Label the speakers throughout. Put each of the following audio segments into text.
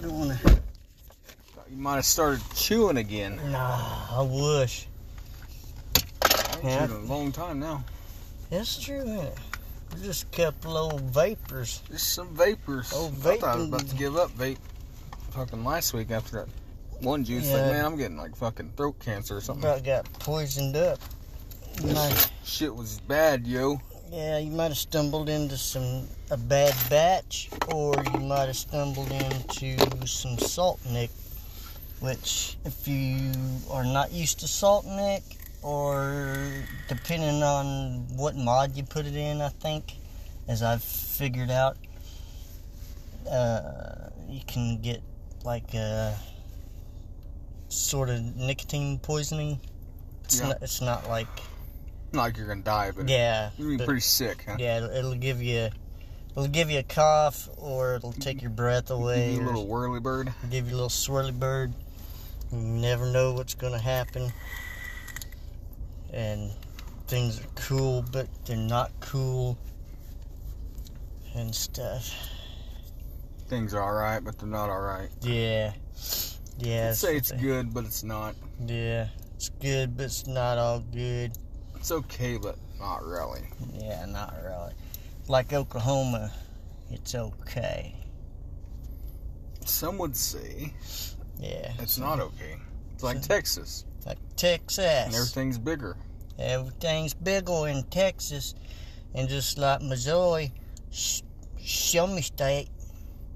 Speaker 1: Don't wanna.
Speaker 2: You might have started chewing again.
Speaker 1: Nah, I wish.
Speaker 2: I ain't
Speaker 1: Yeah.
Speaker 2: chewed in a long time now.
Speaker 1: That's true, ain't it? There's Just a couple old vapors.
Speaker 2: Just some vapors.
Speaker 1: Oh,
Speaker 2: I thought I was
Speaker 1: vaping.
Speaker 2: about to give up vape. Fucking last week after that one juice,
Speaker 1: Yeah.
Speaker 2: like man, I'm getting like fucking throat cancer or something.
Speaker 1: About got poisoned up. You might,
Speaker 2: Shit was bad, yo.
Speaker 1: yeah, you might have stumbled into some a bad batch, or you might have stumbled into some salt nick. Which, if you are not used to salt nick, or depending on what mod you put it in, I think, as I've figured out, uh, you can get like a sort of nicotine poisoning. It's,
Speaker 2: Yeah.
Speaker 1: not, it's not like
Speaker 2: Not like you're gonna die, but
Speaker 1: yeah,
Speaker 2: you're
Speaker 1: but-
Speaker 2: pretty sick, huh?
Speaker 1: yeah. It'll, it'll give you, it'll give you a cough, or it'll take your breath away,
Speaker 2: You
Speaker 1: or
Speaker 2: little whirly bird.
Speaker 1: give you a little swirly bird. You never know what's gonna happen, and things are cool, but they're not cool, and stuff.
Speaker 2: Things are alright, but they're not alright.
Speaker 1: Yeah, yeah.
Speaker 2: I'd
Speaker 1: that's
Speaker 2: say
Speaker 1: what
Speaker 2: it's
Speaker 1: they-
Speaker 2: good, but it's not.
Speaker 1: Yeah, it's good, but it's not all good.
Speaker 2: It's okay, but not really.
Speaker 1: Yeah, not really. Like Oklahoma, it's okay.
Speaker 2: Some would say
Speaker 1: Yeah,
Speaker 2: it's not okay. It's like Texas,
Speaker 1: like
Speaker 2: and
Speaker 1: Texas.
Speaker 2: everything's bigger.
Speaker 1: Everything's bigger in Texas, and just like Missouri, sh- show me state.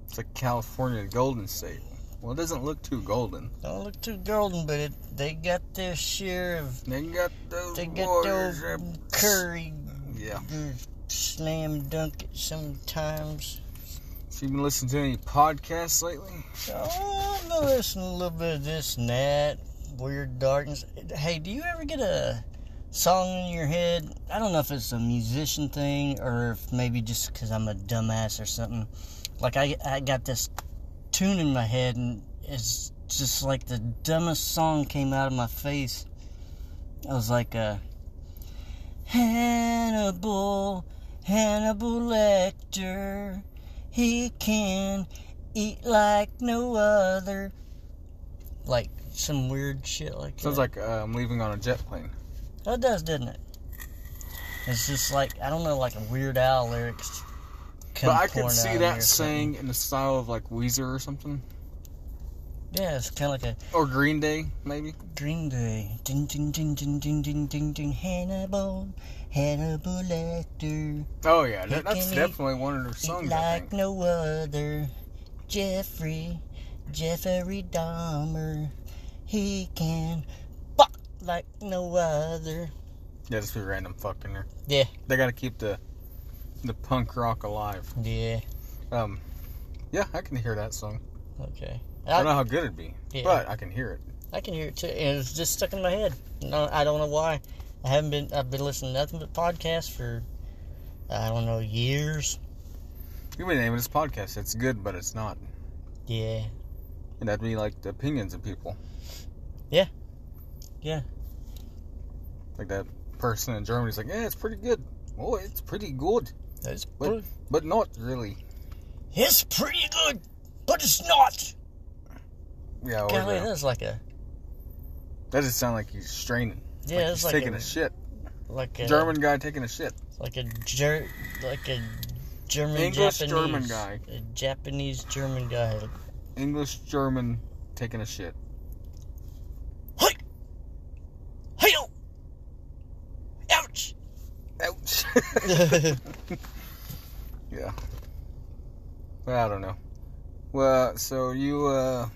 Speaker 2: It's like California, Golden State. Well, it doesn't look too golden.
Speaker 1: Don't look too golden, but it, they got their share of.
Speaker 2: They got those
Speaker 1: They got
Speaker 2: Warriors.
Speaker 1: their
Speaker 2: up-
Speaker 1: curry
Speaker 2: Yeah.
Speaker 1: uh, slam dunk it sometimes.
Speaker 2: So you been listening to any podcasts lately?
Speaker 1: Oh, I'm gonna listen to a little bit of this and that. Weird darkness. Hey, do you ever get a song in your head? I don't know if it's a musician thing or if maybe just because I'm a dumbass or something. Like I, I got this tune in my head and it's just like the dumbest song came out of my face. I was like, uh, Hannibal, Hannibal Lecter, he can eat like no other. Like some weird shit like
Speaker 2: Sounds
Speaker 1: that.
Speaker 2: like uh, I'm leaving on a jet plane.
Speaker 1: it does, doesn't it? It's just like I don't know, like a Weird Al lyrics. come
Speaker 2: But I could
Speaker 1: pouring out
Speaker 2: see
Speaker 1: of me or something.
Speaker 2: that saying in the style of like Weezer or something,
Speaker 1: Yeah, it's kind of like
Speaker 2: or Green Day maybe.
Speaker 1: a Green Day. Ding ding ding ding ding ding ding ding. Hannibal, Hannibal Lecter,
Speaker 2: Oh yeah,
Speaker 1: Hey,
Speaker 2: that, that's
Speaker 1: Kenny,
Speaker 2: definitely one of their
Speaker 1: eat
Speaker 2: songs. I
Speaker 1: like
Speaker 2: think.
Speaker 1: no other. Jeffrey, Jeffrey Dahmer, he can fuck like no other.
Speaker 2: Yeah, just be random fuck in there.
Speaker 1: Yeah.
Speaker 2: They gotta keep the the punk rock alive.
Speaker 1: Yeah.
Speaker 2: Um, yeah, I can hear that song.
Speaker 1: Okay.
Speaker 2: I, don't know how good it'd be,
Speaker 1: Yeah.
Speaker 2: but I can hear it.
Speaker 1: I can hear it too, and it's just stuck in my head. No, I don't know why. I haven't been. I've been listening to nothing but podcasts for I don't know years.
Speaker 2: You may name this podcast. It's good, but it's not.
Speaker 1: Yeah,
Speaker 2: And that'd be like the opinions of people.
Speaker 1: Yeah. Yeah.
Speaker 2: Like that person in Germany's like, yeah, it's pretty good. Oh, it's pretty good,
Speaker 1: it's
Speaker 2: What?
Speaker 1: pretty,
Speaker 2: but not really.
Speaker 1: it's pretty good, but it's not.
Speaker 2: Oh, Yeah, or
Speaker 1: Golly,
Speaker 2: the-
Speaker 1: that's like a
Speaker 2: that just sound like he's straining.
Speaker 1: yeah,
Speaker 2: like
Speaker 1: it's
Speaker 2: he's
Speaker 1: like
Speaker 2: taking
Speaker 1: a,
Speaker 2: a, shit.
Speaker 1: like a
Speaker 2: German guy taking a shit.
Speaker 1: like a ger, like a German
Speaker 2: English
Speaker 1: Japanese
Speaker 2: German guy.
Speaker 1: a Japanese German guy.
Speaker 2: English German taking a shit.
Speaker 1: Hey, ouch.
Speaker 2: Ouch. yeah. I don't know. Well, so you uh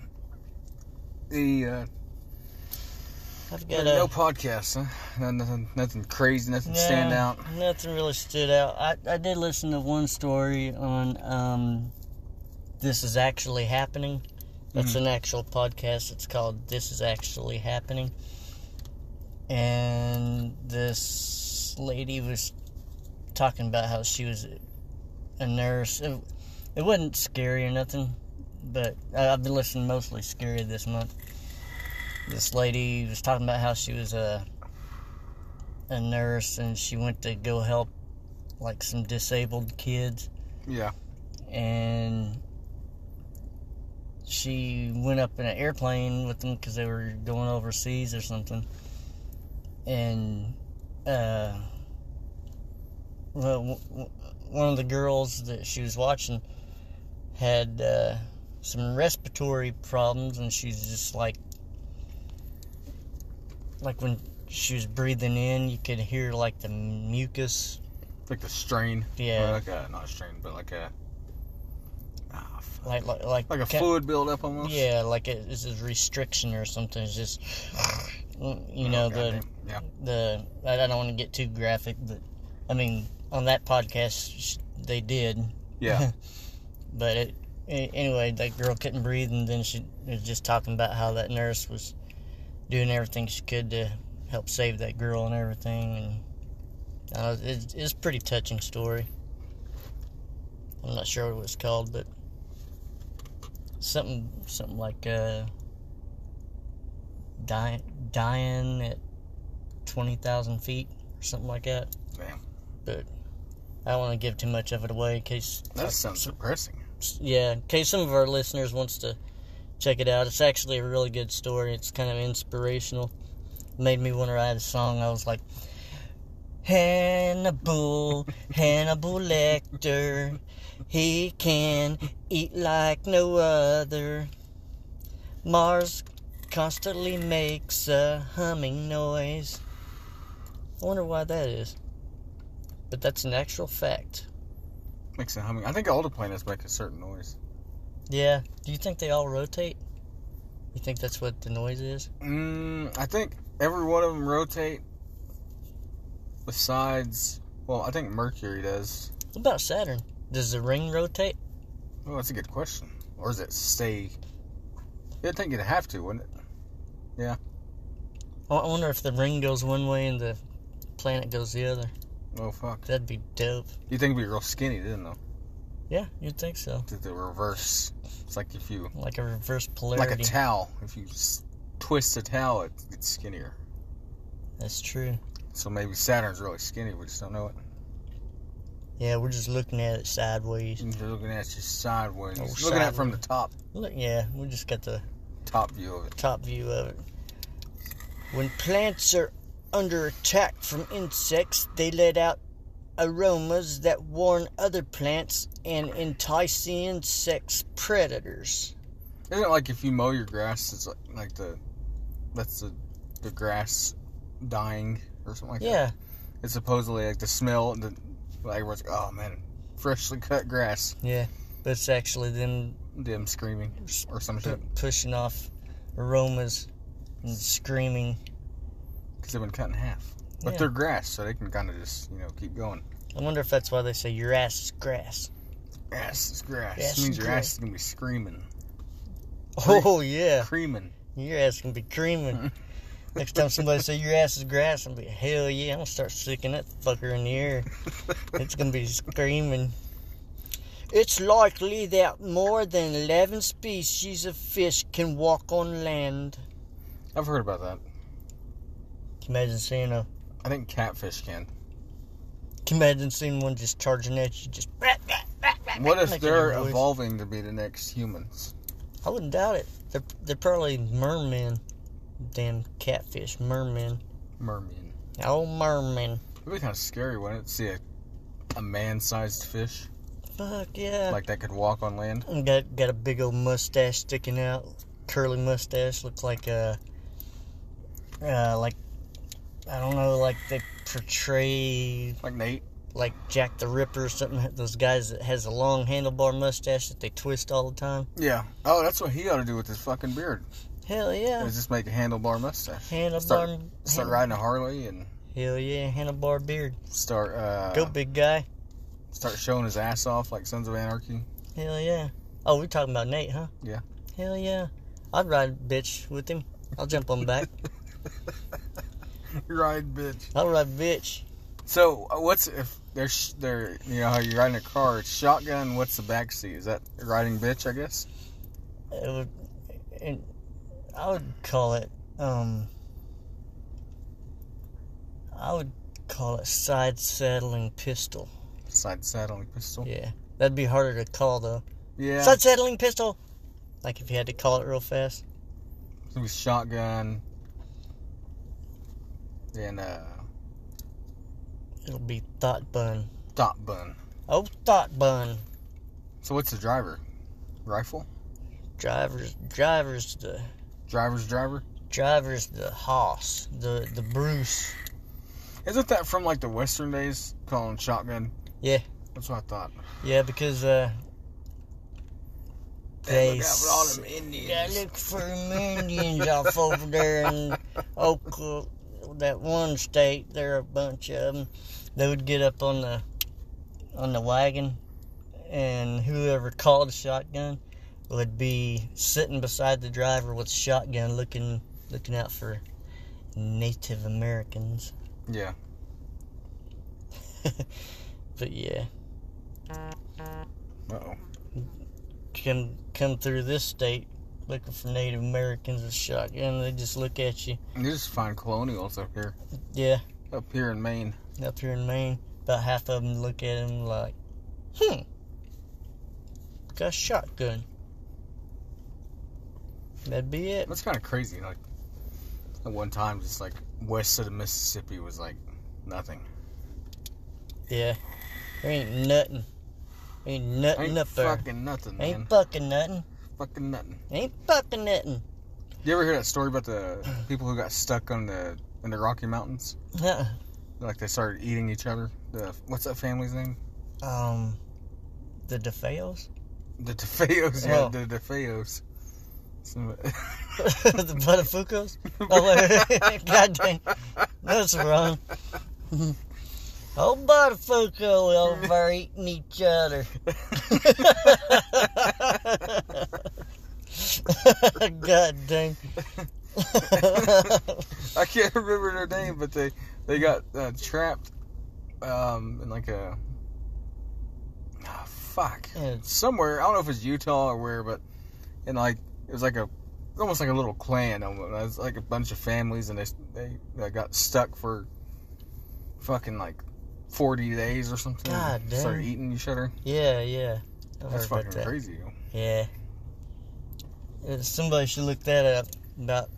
Speaker 2: the uh
Speaker 1: I've got a
Speaker 2: no podcast, huh? No- Nothing, nothing crazy, nothing stand
Speaker 1: No,
Speaker 2: out.
Speaker 1: Nothing really stood out. I, I did listen to one story on um, This Is Actually Happening. That's
Speaker 2: Mhm.
Speaker 1: an actual podcast. It's called This Is Actually Happening. And this lady was talking about how she was a nurse. It, it wasn't scary or nothing, but I, I've been listening mostly scary this month. This lady was talking about how she was a a nurse and she went to go help like some disabled kids
Speaker 2: Yeah.
Speaker 1: and she went up in an airplane with them because they were going overseas or something. And uh, well, w- w- one of the girls that she was watching had uh, some respiratory problems, and she's just like, like when she was breathing in, you could hear like the mucus.
Speaker 2: Like the strain.
Speaker 1: Yeah.
Speaker 2: Or like a, not a strain, but like a. Ah, fuck.
Speaker 1: Like, like, like,
Speaker 2: Like a
Speaker 1: ca-
Speaker 2: fluid buildup almost.
Speaker 1: Yeah, like it, it's a restriction or something. It's just, you
Speaker 2: Oh,
Speaker 1: know, the
Speaker 2: goddamn. Yeah.
Speaker 1: the. I I don't want to get too graphic, but I mean, on that podcast, sh- they did.
Speaker 2: Yeah.
Speaker 1: But it a- anyway, that girl couldn't breathe, and then she was just talking about how that nurse was doing everything she could to help save that girl and everything, and uh, it, it's a pretty touching story. I'm not sure what it was called, but something something like uh, dying dying at twenty thousand feet or something like that.
Speaker 2: Damn.
Speaker 1: But I don't want to give too much of it away in case
Speaker 2: That sounds depressing.
Speaker 1: yeah, in case some of our listeners wants to check it out, it's actually a really good story. It's kind of inspirational. Made me want to write a song. I was like, Hannibal, Hannibal Lecter, he can eat like no other. Mars constantly makes a humming noise. I wonder why that is. But that's an actual fact.
Speaker 2: Makes it humming. I think all the planets make a certain noise.
Speaker 1: Yeah. Do you think they all rotate? You think that's what the noise is?
Speaker 2: Mm, I think every one of them rotate. Besides, well, I think Mercury does.
Speaker 1: What about Saturn? Does the ring rotate?
Speaker 2: Well, Oh, that's a good question. Or does it stay? You'd think it'd have to, wouldn't it?
Speaker 1: I I wonder if the ring goes one way and the planet goes the other.
Speaker 2: Oh fuck!
Speaker 1: That'd be dope.
Speaker 2: You think it'd be real skinny, didn't it?
Speaker 1: Yeah, you'd think so.
Speaker 2: Did the reverse? It's like if you
Speaker 1: Like a reverse polarity.
Speaker 2: like a towel. If you s- twist a towel, it gets skinnier.
Speaker 1: that's true.
Speaker 2: So maybe Saturn's really skinny. We just don't know it.
Speaker 1: Yeah, we're just looking at it sideways.
Speaker 2: You're looking at it just sideways.
Speaker 1: Oh,
Speaker 2: looking at it from the top
Speaker 1: Look, yeah, we just got the
Speaker 2: top view of it.
Speaker 1: top view of it. When plants are under attack from insects, they let out aromas that warn other plants and entice the insects predators.
Speaker 2: Isn't it like if you mow your grass, it's like, like the that's the the grass dying or something like that.
Speaker 1: Yeah,
Speaker 2: It's supposedly like the smell. The like everyone's like, oh man, freshly cut grass.
Speaker 1: yeah. But it's actually them
Speaker 2: Them screaming or some
Speaker 1: pu-
Speaker 2: shit
Speaker 1: pushing off aromas and screaming.
Speaker 2: because they've been cut in half. But
Speaker 1: Yeah.
Speaker 2: they're grass, so they can kind of just you know keep going.
Speaker 1: I wonder if that's why they say your ass is grass.
Speaker 2: Grass is grass.
Speaker 1: Grass
Speaker 2: means
Speaker 1: is
Speaker 2: your
Speaker 1: grass.
Speaker 2: ass is gonna be screaming,
Speaker 1: Oh yeah,
Speaker 2: creaming.
Speaker 1: your ass can be creaming. Next time somebody say your ass is grass, I'm be hell yeah, I'm gonna start sticking that fucker in the ear. It's gonna be screaming. It's likely that more than 11 species of fish can walk on land.
Speaker 2: I've heard about that.
Speaker 1: Can you imagine seeing a?
Speaker 2: I think catfish can.
Speaker 1: Can you imagine seeing one just charging at you? Just
Speaker 2: What if
Speaker 1: making a
Speaker 2: they're
Speaker 1: noise?
Speaker 2: evolving to be the next humans?
Speaker 1: I wouldn't doubt it. They're they're probably mermen, damn catfish mermen.
Speaker 2: Merman.
Speaker 1: Oh mermen,
Speaker 2: It'd be kind of scary, wouldn't it? See a, a man-sized fish
Speaker 1: fuck yeah.
Speaker 2: like that could walk on land.
Speaker 1: And Got got a big old mustache sticking out, curly mustache. Looks like uh, uh, like I don't know, like they portray
Speaker 2: Like Nate.
Speaker 1: like Jack the Ripper or something. Those guys that has a long handlebar mustache that they twist all the time.
Speaker 2: Yeah. Oh, that's what he ought to do with his fucking beard.
Speaker 1: Hell yeah,
Speaker 2: Is just make a handlebar mustache.
Speaker 1: handlebar.
Speaker 2: Start, start riding a Harley and
Speaker 1: Hell yeah, handlebar beard.
Speaker 2: start uh,
Speaker 1: Go big guy.
Speaker 2: start showing his ass off like Sons of Anarchy.
Speaker 1: Hell yeah. Oh, we talking about Nate, huh?
Speaker 2: Yeah.
Speaker 1: Hell yeah. I'd ride bitch with him. I'll jump on back.
Speaker 2: Ride, bitch.
Speaker 1: I'll ride bitch.
Speaker 2: So uh, what's if there's there you know how you're riding a car? It's shotgun. What's the back seat? Is that riding bitch? I guess.
Speaker 1: It would, and I would call it. Um. I would call it side saddling pistol.
Speaker 2: Side saddling pistol.
Speaker 1: Yeah, that'd be harder to call though.
Speaker 2: Yeah.
Speaker 1: Side saddling pistol. Like if you had to call it real fast.
Speaker 2: It was shotgun. Then uh,
Speaker 1: It'll be Thought Bun.
Speaker 2: dot bun.
Speaker 1: Oh, Thought Bun.
Speaker 2: So what's the driver? Rifle.
Speaker 1: Driver's driver's the
Speaker 2: Driver's driver.
Speaker 1: driver's the hoss, the the Bruce.
Speaker 2: Isn't that from like the Western days? Calling shotgun.
Speaker 1: Yeah.
Speaker 2: That's what I thought.
Speaker 1: Yeah, because uh.
Speaker 2: Hey, look out
Speaker 1: s-
Speaker 2: for all them Indians.
Speaker 1: Yeah, look for them Indians off over there in Oklahoma, that one state. There are a bunch of them. They would get up on the on the wagon, and whoever called a shotgun would be sitting beside the driver with a shotgun, looking looking out for Native Americans.
Speaker 2: Yeah.
Speaker 1: But yeah,
Speaker 2: Uh oh.
Speaker 1: come come through this state looking for Native Americans with a shotgun. They just look at you.
Speaker 2: You just find colonials up here.
Speaker 1: Yeah.
Speaker 2: Up here in Maine.
Speaker 1: up here in Maine, about half of them look at him like, hmm, got a shotgun. That'd be it.
Speaker 2: That's kind of crazy. Like, at one time, just like west of the Mississippi was like nothing.
Speaker 1: Yeah. There ain't nothing. Ain't nothing
Speaker 2: Ain't
Speaker 1: up there.
Speaker 2: fucking nothing, man.
Speaker 1: Ain't fucking nothing.
Speaker 2: fucking nothing.
Speaker 1: Ain't fucking nothing.
Speaker 2: You ever hear that story about the people who got stuck on the in the Rocky Mountains?
Speaker 1: Uh-uh.
Speaker 2: Like they started eating each other. The what's that family's name?
Speaker 1: Um, the DeFeos?
Speaker 2: The DeFeos. Yeah,
Speaker 1: Oh.
Speaker 2: the DeFeos. Some-
Speaker 1: the Buttafucos? Oh, wait. God dang. That's wrong. Old Buttafuco over eating each other. God dang.
Speaker 2: I can't remember their name, but they they got uh, trapped um, in like a ah, fuck
Speaker 1: Yeah.
Speaker 2: somewhere. I don't know if it's Utah or where, but and like it was like a it's almost like a little clan. almost. It was like a bunch of families, and they they, they got stuck for fucking like forty days or something.
Speaker 1: God damn.
Speaker 2: Started eating each other.
Speaker 1: yeah, yeah. I've
Speaker 2: That's
Speaker 1: heard about
Speaker 2: fucking
Speaker 1: that.
Speaker 2: crazy.
Speaker 1: Yeah. Uh, Somebody should look that up about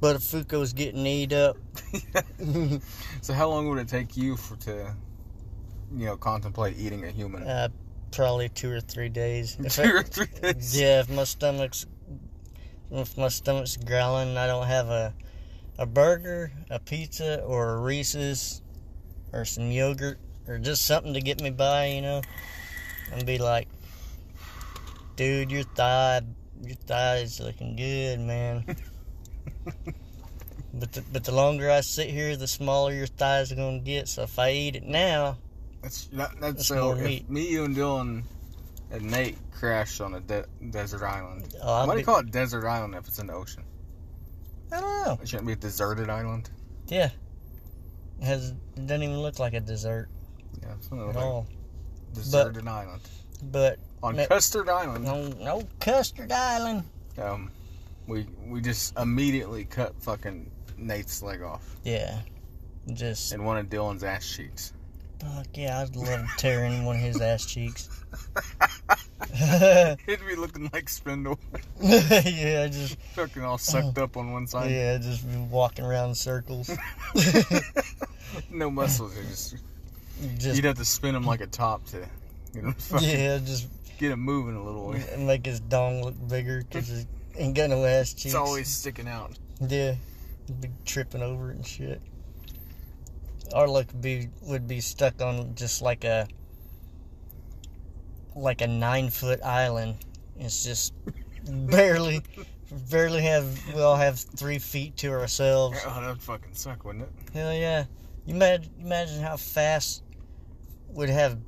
Speaker 1: Buttafuco's getting eat up.
Speaker 2: so how long would it take you for to you know contemplate eating a human?
Speaker 1: Uh, probably two or three days. If I-
Speaker 2: Two or three days.
Speaker 1: Yeah, if my stomach's if my stomach's growling, I don't have a a burger, a pizza, or a Reese's, or some yogurt, or just something to get me by, you know, and be like, dude, your thigh, your thigh is looking good, man. but the, but the longer I sit here, the smaller your thighs are gonna get. So if I eat it now,
Speaker 2: That's that, that's
Speaker 1: That's
Speaker 2: so.
Speaker 1: more
Speaker 2: If
Speaker 1: meat.
Speaker 2: me, you, and Dylan and Nate crashed on a de- desert island.
Speaker 1: oh, I'll
Speaker 2: Why do
Speaker 1: be,
Speaker 2: you call it desert island if it's in the ocean?
Speaker 1: I don't know.
Speaker 2: It shouldn't be a deserted island.
Speaker 1: It has it doesn't even look like a dessert
Speaker 2: Yeah, it's something
Speaker 1: at
Speaker 2: like
Speaker 1: all.
Speaker 2: deserted island
Speaker 1: But
Speaker 2: on
Speaker 1: Ma-
Speaker 2: Custard Island.
Speaker 1: No, no custard island.
Speaker 2: Um, we we just immediately cut fucking Nate's leg off
Speaker 1: Yeah, just
Speaker 2: and one of Dylan's ass cheeks.
Speaker 1: fuck yeah, I'd love tearing one of his ass cheeks.
Speaker 2: It'd be looking like Spindle,
Speaker 1: yeah, just
Speaker 2: fucking all
Speaker 1: Uh-huh.
Speaker 2: sucked up on one side.
Speaker 1: yeah, just walking around in circles.
Speaker 2: No muscles. It Just,
Speaker 1: Just
Speaker 2: you'd have to spin him like a top to, you know, fucking
Speaker 1: yeah, just
Speaker 2: get him moving a little. Way.
Speaker 1: make his dong look bigger because he ain't got no ass cheeks.
Speaker 2: It's always sticking out.
Speaker 1: yeah, he'd be tripping over it and shit. Our luck would be would be stuck on just like a like a nine foot island. It's just barely, barely have we all have three feet to ourselves.
Speaker 2: Oh, that'd fucking suck, wouldn't it?
Speaker 1: Hell yeah! You imagine, imagine how fast would have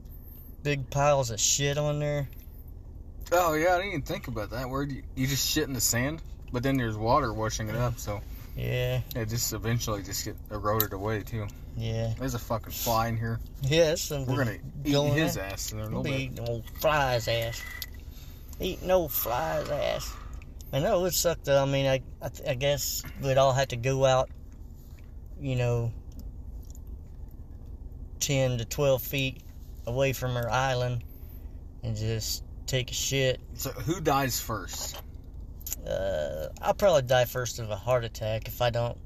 Speaker 1: big piles of shit on there.
Speaker 2: Oh yeah, I didn't even think about that. Where do you, you just shit in the sand, but then there's water washing it up, so
Speaker 1: Yeah,
Speaker 2: it just eventually just get eroded away too.
Speaker 1: yeah,
Speaker 2: There's a fucking fly in here.
Speaker 1: yeah. it's something
Speaker 2: We're gonna eat
Speaker 1: going
Speaker 2: his
Speaker 1: at-
Speaker 2: ass in there in a
Speaker 1: We'll
Speaker 2: little
Speaker 1: be
Speaker 2: bit.
Speaker 1: eating old fly's ass. Eating old fly's ass. I know it would suck though. I mean, I I, th- I guess we'd all have to go out, you know, ten to twelve feet away from our island, and just take a shit.
Speaker 2: So who dies first?
Speaker 1: Uh, I'll probably die first of a heart attack if I don't.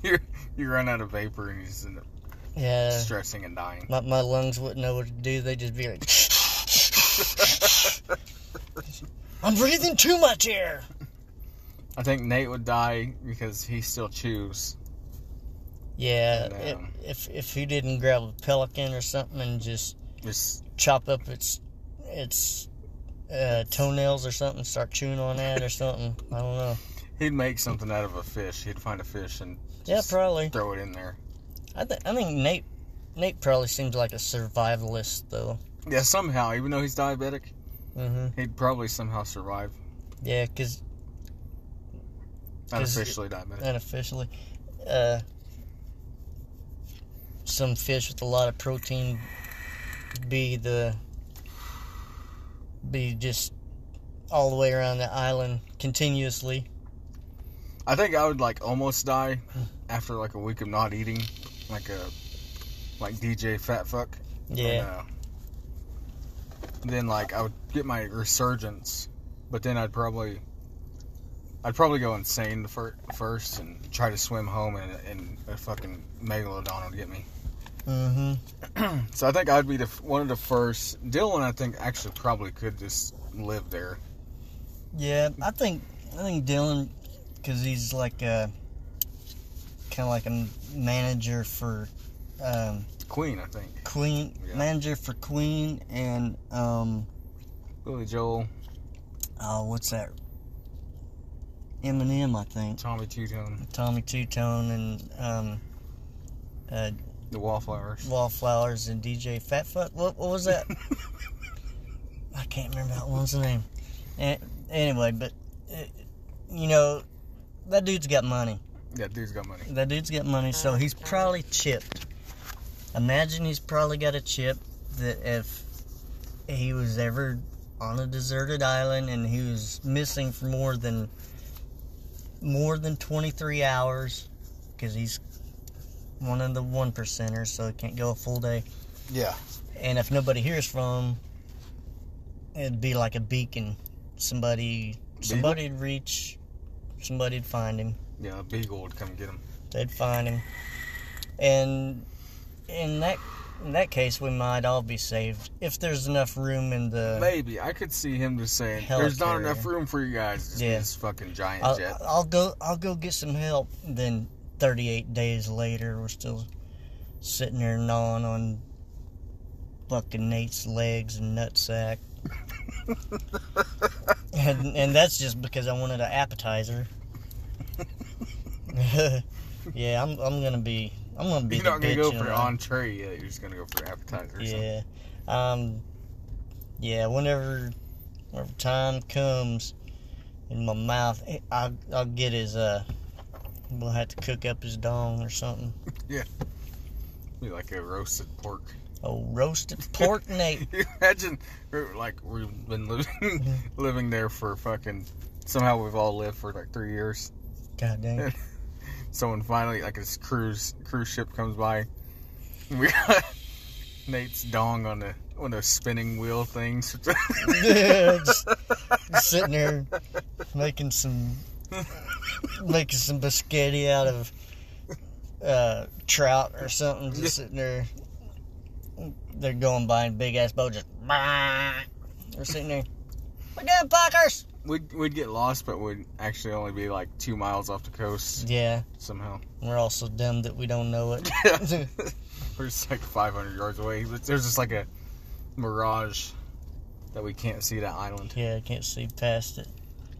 Speaker 2: you you run out of vapor and you just end up Uh.
Speaker 1: Yeah,
Speaker 2: stressing and dying.
Speaker 1: my, my lungs wouldn't know what to do. They'd just be like, I'm breathing too much air.
Speaker 2: I think Nate would die because he still chews.
Speaker 1: Yeah,
Speaker 2: No.
Speaker 1: it, if if he didn't grab a pelican or something and just
Speaker 2: Just
Speaker 1: chop up its its uh, toenails or something, start chewing on that or something. I don't know.
Speaker 2: he'd make something out of a fish. He'd find a fish and
Speaker 1: Yeah,
Speaker 2: Just-
Speaker 1: probably.
Speaker 2: throw it in there.
Speaker 1: I think I think Nate Nate probably seems like a survivalist though.
Speaker 2: Yeah, somehow, even though he's diabetic,
Speaker 1: hmm
Speaker 2: he'd probably somehow survive.
Speaker 1: Yeah, because
Speaker 2: Not
Speaker 1: Is it-
Speaker 2: officially diabetic.
Speaker 1: unofficially, uh, some fish with a lot of protein be the be just all the way around the island continuously.
Speaker 2: I think I would like almost die after like a week of not eating, like a like DJ fat fuck.
Speaker 1: Yeah,
Speaker 2: And, uh, then like I would get my resurgence, but then I'd probably I'd probably go insane fir- first and try to swim home and, and a fucking megalodon would get me.
Speaker 1: mm-hmm.
Speaker 2: So I think I'd be the f- one of the first. Dylan, I think actually probably could just live there.
Speaker 1: Yeah, I think I think Dylan, because he's like a kind of like a manager for um,
Speaker 2: Queen, I think.
Speaker 1: Queen,
Speaker 2: Yeah.
Speaker 1: manager for Queen, and um,
Speaker 2: Billy Joel,
Speaker 1: oh, what's that? Eminem, I think.
Speaker 2: Tommy Tutone,
Speaker 1: Tommy Two Tone and um, uh,
Speaker 2: the Wallflowers.
Speaker 1: Wallflowers and DJ Fatfoot. What, what was that? I can't remember that one's name. And, anyway, but uh, you know that dude's got money.
Speaker 2: yeah, dude's got money.
Speaker 1: That dude's got money, so he's probably chipped. Imagine he's probably got a chip that if he was ever on a deserted island and he was missing for more than more than 23 hours because he's one of the one percenters, so he can't go a full day.
Speaker 2: Yeah.
Speaker 1: And if nobody hears from him, it'd be like a beacon. Somebody, somebody'd reach, somebody'd find him
Speaker 2: Yeah, a beagle would come get him.
Speaker 1: they'd find him. And in that in that case, we might all be saved if there's enough room in the.
Speaker 2: Maybe I could see him just saying,
Speaker 1: Hell,
Speaker 2: "There's not
Speaker 1: carrier.
Speaker 2: enough room for you guys." Just
Speaker 1: Yeah.
Speaker 2: this fucking giant
Speaker 1: I'll,
Speaker 2: jet.
Speaker 1: I'll go. I'll go get some help. Then 38 days later, we're still sitting there gnawing on fucking Nate's legs and nutsack. and and that's just because I wanted an appetizer. yeah, I'm I'm gonna be I'm gonna be
Speaker 2: You're
Speaker 1: the
Speaker 2: not gonna
Speaker 1: bitch
Speaker 2: go
Speaker 1: in
Speaker 2: for
Speaker 1: line.
Speaker 2: entree yet. You're just gonna go for appetizer. Or something.
Speaker 1: Yeah. Um yeah, whenever whenever time comes in my mouth, eh, I'll, I'll get his uh we'll have to cook up his dong or something.
Speaker 2: Be like a roasted pork.
Speaker 1: Oh, roasted pork Nate.
Speaker 2: Imagine, we're, like we've been living living there for fucking. Somehow we've all lived for like three years.
Speaker 1: God dang.
Speaker 2: So when finally like this cruise cruise ship comes by, and we got Nate's dong on the one of those spinning wheel things.
Speaker 1: Just sitting there making some making some biscotti out of uh, trout or something. Just sitting there, they're going by in big ass boat. Just they're sitting there. We're doing fuckers.
Speaker 2: we'd we'd get lost, but we'd actually only be like two miles off the coast
Speaker 1: Yeah,
Speaker 2: somehow.
Speaker 1: we're all so dumb that we don't know it.
Speaker 2: We're just like 500 yards away, but there's just like a mirage that we can't see that island
Speaker 1: yeah, I can't see past it.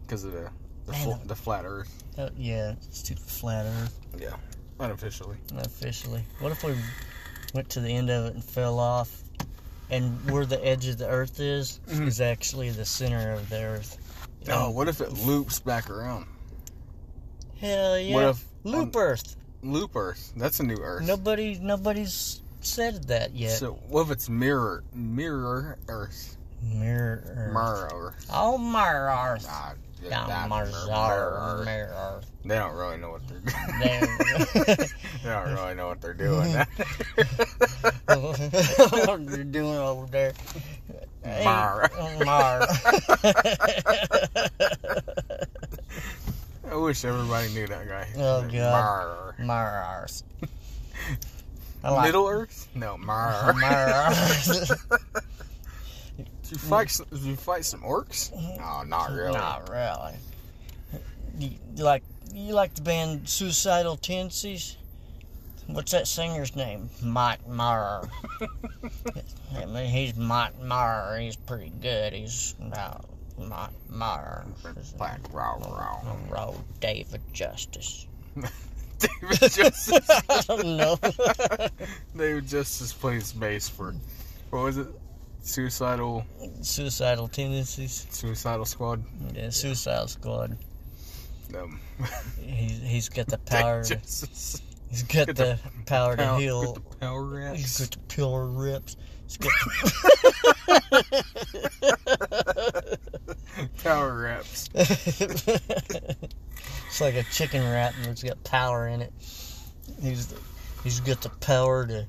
Speaker 2: because of the the,
Speaker 1: Man,
Speaker 2: fl-
Speaker 1: I'm-
Speaker 2: the flat Earth.
Speaker 1: Oh, yeah, it's too flat Earth
Speaker 2: Unofficially,
Speaker 1: unofficially. What if we went to the end of it and fell off? And where the edge of the Earth is
Speaker 2: Mhm.
Speaker 1: is actually the center of the Earth.
Speaker 2: oh, what if it loops back around?
Speaker 1: Hell yeah!
Speaker 2: What if
Speaker 1: Loop
Speaker 2: on-
Speaker 1: Earth.
Speaker 2: loop Earth? That's a new Earth.
Speaker 1: Nobody, nobody's said that yet.
Speaker 2: So what if it's mirror mirror Earth?
Speaker 1: mirror.
Speaker 2: Mirror Earth.
Speaker 1: Oh, mirror.
Speaker 2: Nah, just
Speaker 1: Down
Speaker 2: that
Speaker 1: my
Speaker 2: mirror-
Speaker 1: czar,
Speaker 2: mirror Earth.
Speaker 1: mirror.
Speaker 2: They don't really know what they're doing.
Speaker 1: Damn.
Speaker 2: they don't really know what they're doing.
Speaker 1: what you're doing over there? Hey, uh,
Speaker 2: Mar.
Speaker 1: Mar.
Speaker 2: I wish everybody knew that guy.
Speaker 1: Oh, God.
Speaker 2: Mar.
Speaker 1: Mars. I like
Speaker 2: Middle Earth? No, Mar.
Speaker 1: Mars.
Speaker 2: Did you fight? Some, did you fight some orcs?
Speaker 1: Mm-hmm.
Speaker 2: No, not really.
Speaker 1: Not really. You, you like you like the band Suicidal Tendencies? What's that singer's name? Mike Murr. I mean, he's Mike Murr. He's pretty good. He's about Mike Murr.
Speaker 2: Black. Raw,
Speaker 1: Mm-hmm.
Speaker 2: raw.
Speaker 1: Roll David Justice.
Speaker 2: David Justice.
Speaker 1: I don't know.
Speaker 2: David Justice plays bass for. What was it? Suicidal.
Speaker 1: Suicidal Tendencies.
Speaker 2: Suicidal Squad.
Speaker 1: Yeah, Suicide Squad.
Speaker 2: Um,
Speaker 1: He's, he's got the power. To,
Speaker 2: David Justice.
Speaker 1: he's got
Speaker 2: Get
Speaker 1: the
Speaker 2: the
Speaker 1: power to
Speaker 2: Power-
Speaker 1: heal
Speaker 2: with the power
Speaker 1: He's
Speaker 2: axe.
Speaker 1: got the pillar rips. He's got
Speaker 2: Power reps.
Speaker 1: it's like a chicken wrap, and it's got power in it. He's he's got the power to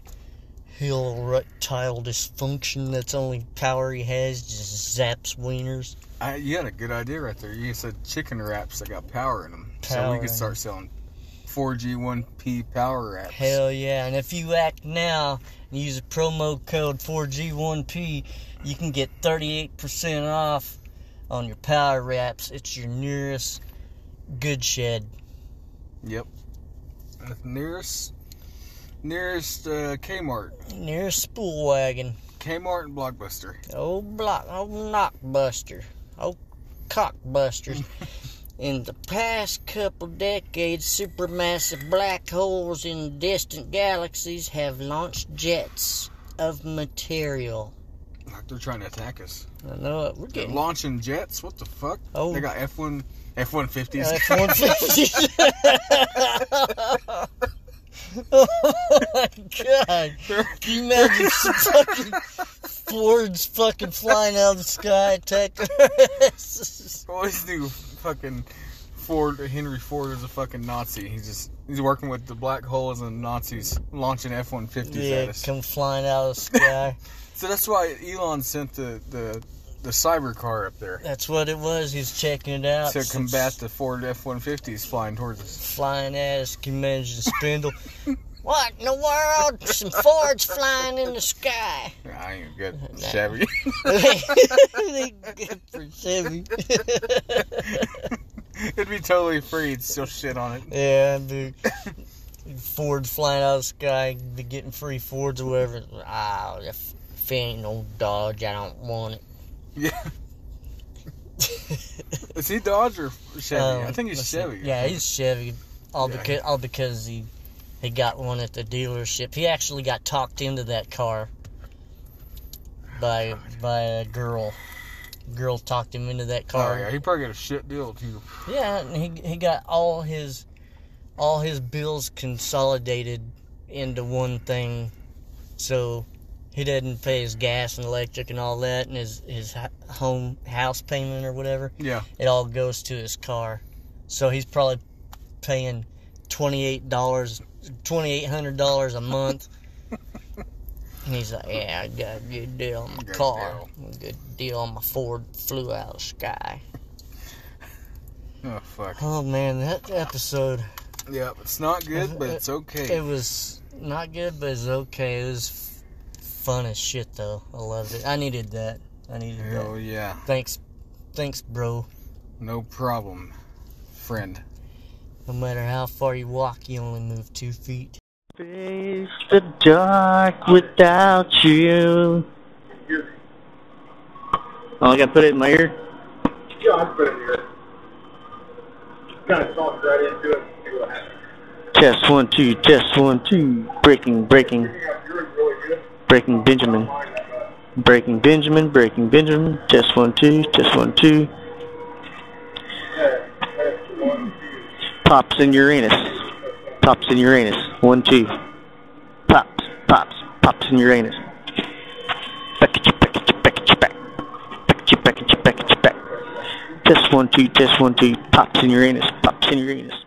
Speaker 1: heal erectile dysfunction. That's the only power he has. Just zaps wieners.
Speaker 2: I, you had a good idea right there. You said chicken wraps that got power in them, so
Speaker 1: Power
Speaker 2: we
Speaker 1: in
Speaker 2: could start selling 4G1P power wraps.
Speaker 1: Hell yeah! And if you act now and use the promo code 4G1P, you can get 38% off on your power wraps. It's your nearest good shed.
Speaker 2: Yep. The nearest nearest uh, Kmart,
Speaker 1: Nearest spool wagon.
Speaker 2: Kmart and Blockbuster.
Speaker 1: Old block, old knockbuster, old cockbusters. in the past couple decades, supermassive black holes in distant galaxies have launched jets of material.
Speaker 2: Like they're trying to attack us.
Speaker 1: I know it. We're
Speaker 2: They're
Speaker 1: getting
Speaker 2: launching jets. What the fuck?
Speaker 1: Oh.
Speaker 2: They got F one F one fifties.
Speaker 1: That's 150. oh my god! Can you imagine some fucking Ford's fucking flying out of the sky attacking us?
Speaker 2: Always knew fucking Ford Henry Ford is a fucking Nazi. He's just he's working with the black holes and Nazis launching F one fifties
Speaker 1: Yeah,
Speaker 2: at us.
Speaker 1: come flying out of the sky.
Speaker 2: So that's why Elon sent the the, the cyber car up there
Speaker 1: That's what it was. He's checking it out.
Speaker 2: to
Speaker 1: Since
Speaker 2: combat the Ford F one fifties flying towards us.
Speaker 1: flying ass can manage the spindle. what in the world? Some Fords flying in the sky.
Speaker 2: I ain't good Chevy.
Speaker 1: They good for Chevy.
Speaker 2: It'd be totally free. It'd still shit on it.
Speaker 1: yeah, dude. Ford's flying out of the sky, be getting free Fords or whatever. Ah, if, if it ain't no Dodge, I don't want it.
Speaker 2: Yeah. Is he Dodge or Chevy?
Speaker 1: Um,
Speaker 2: I think he's
Speaker 1: let's see.
Speaker 2: Chevy.
Speaker 1: Yeah, he's Chevy. All
Speaker 2: Yeah.
Speaker 1: because all because he he got one at the dealership. He actually got talked into that car by by a girl. Girl talked him into that
Speaker 2: Oh
Speaker 1: car.
Speaker 2: yeah, he probably got a shit deal too.
Speaker 1: Yeah, and he he got all his all his bills consolidated into one thing, so he didn't pay his gas and electric and all that, and his his ho- home house payment or whatever.
Speaker 2: Yeah.
Speaker 1: It all goes to his car, so he's probably paying twenty eight dollars, twenty eight hundred dollars a month. And he's like, yeah, I got a good deal on my
Speaker 2: Good
Speaker 1: car. Good deal on my Ford flew out of the sky.
Speaker 2: Oh fuck.
Speaker 1: Oh man, that episode
Speaker 2: Yeah, it's not good, but it's okay.
Speaker 1: it was not good, but it's okay. It was f- fun as shit though. I loved it. I needed that. I needed
Speaker 2: Hell
Speaker 1: that.
Speaker 2: yeah,
Speaker 1: Thanks, thanks, bro.
Speaker 2: no problem, friend.
Speaker 1: No matter how far you walk, you only move two feet.
Speaker 3: Face the dark without you. Oh, I gotta put it in my ear?
Speaker 4: Yeah, I put it here. Kind of talked right into it and see what happens.
Speaker 3: Test one, two, test one, two. Breaking, breaking,
Speaker 4: Yeah, yours is really good.
Speaker 3: breaking Benjamin.
Speaker 4: Mine, uh,
Speaker 3: Breaking Benjamin, breaking Benjamin. Test one, two, test one, two.
Speaker 4: yeah, that's the one, two,
Speaker 3: Pops in Uranus. Pops in Uranus. One, two. Pops, pops, pops in Uranus. Back at you, back at you, back at you, back. Back at you, back at you, back at you, back. Test one, two, test one, two. Pops in Uranus. Pops in Uranus.